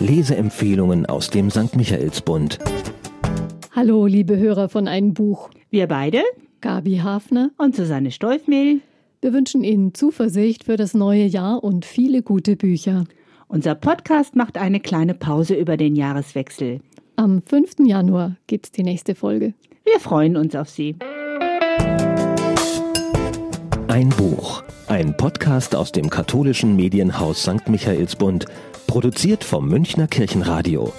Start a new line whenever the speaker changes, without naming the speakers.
Leseempfehlungen aus dem St. Michaelsbund.
Hallo, liebe Hörer von einem Buch.
Wir beide
Gabi Hafner.
und Susanne Steufmehl.
Wir wünschen Ihnen Zuversicht für das neue Jahr und viele gute Bücher.
Unser Podcast macht eine kleine Pause über den Jahreswechsel.
Am 5. Januar gibt's die nächste Folge.
Wir freuen uns auf Sie.
Ein Buch. Ein Podcast aus dem katholischen Medienhaus St. Michaelsbund, produziert vom Münchner Kirchenradio.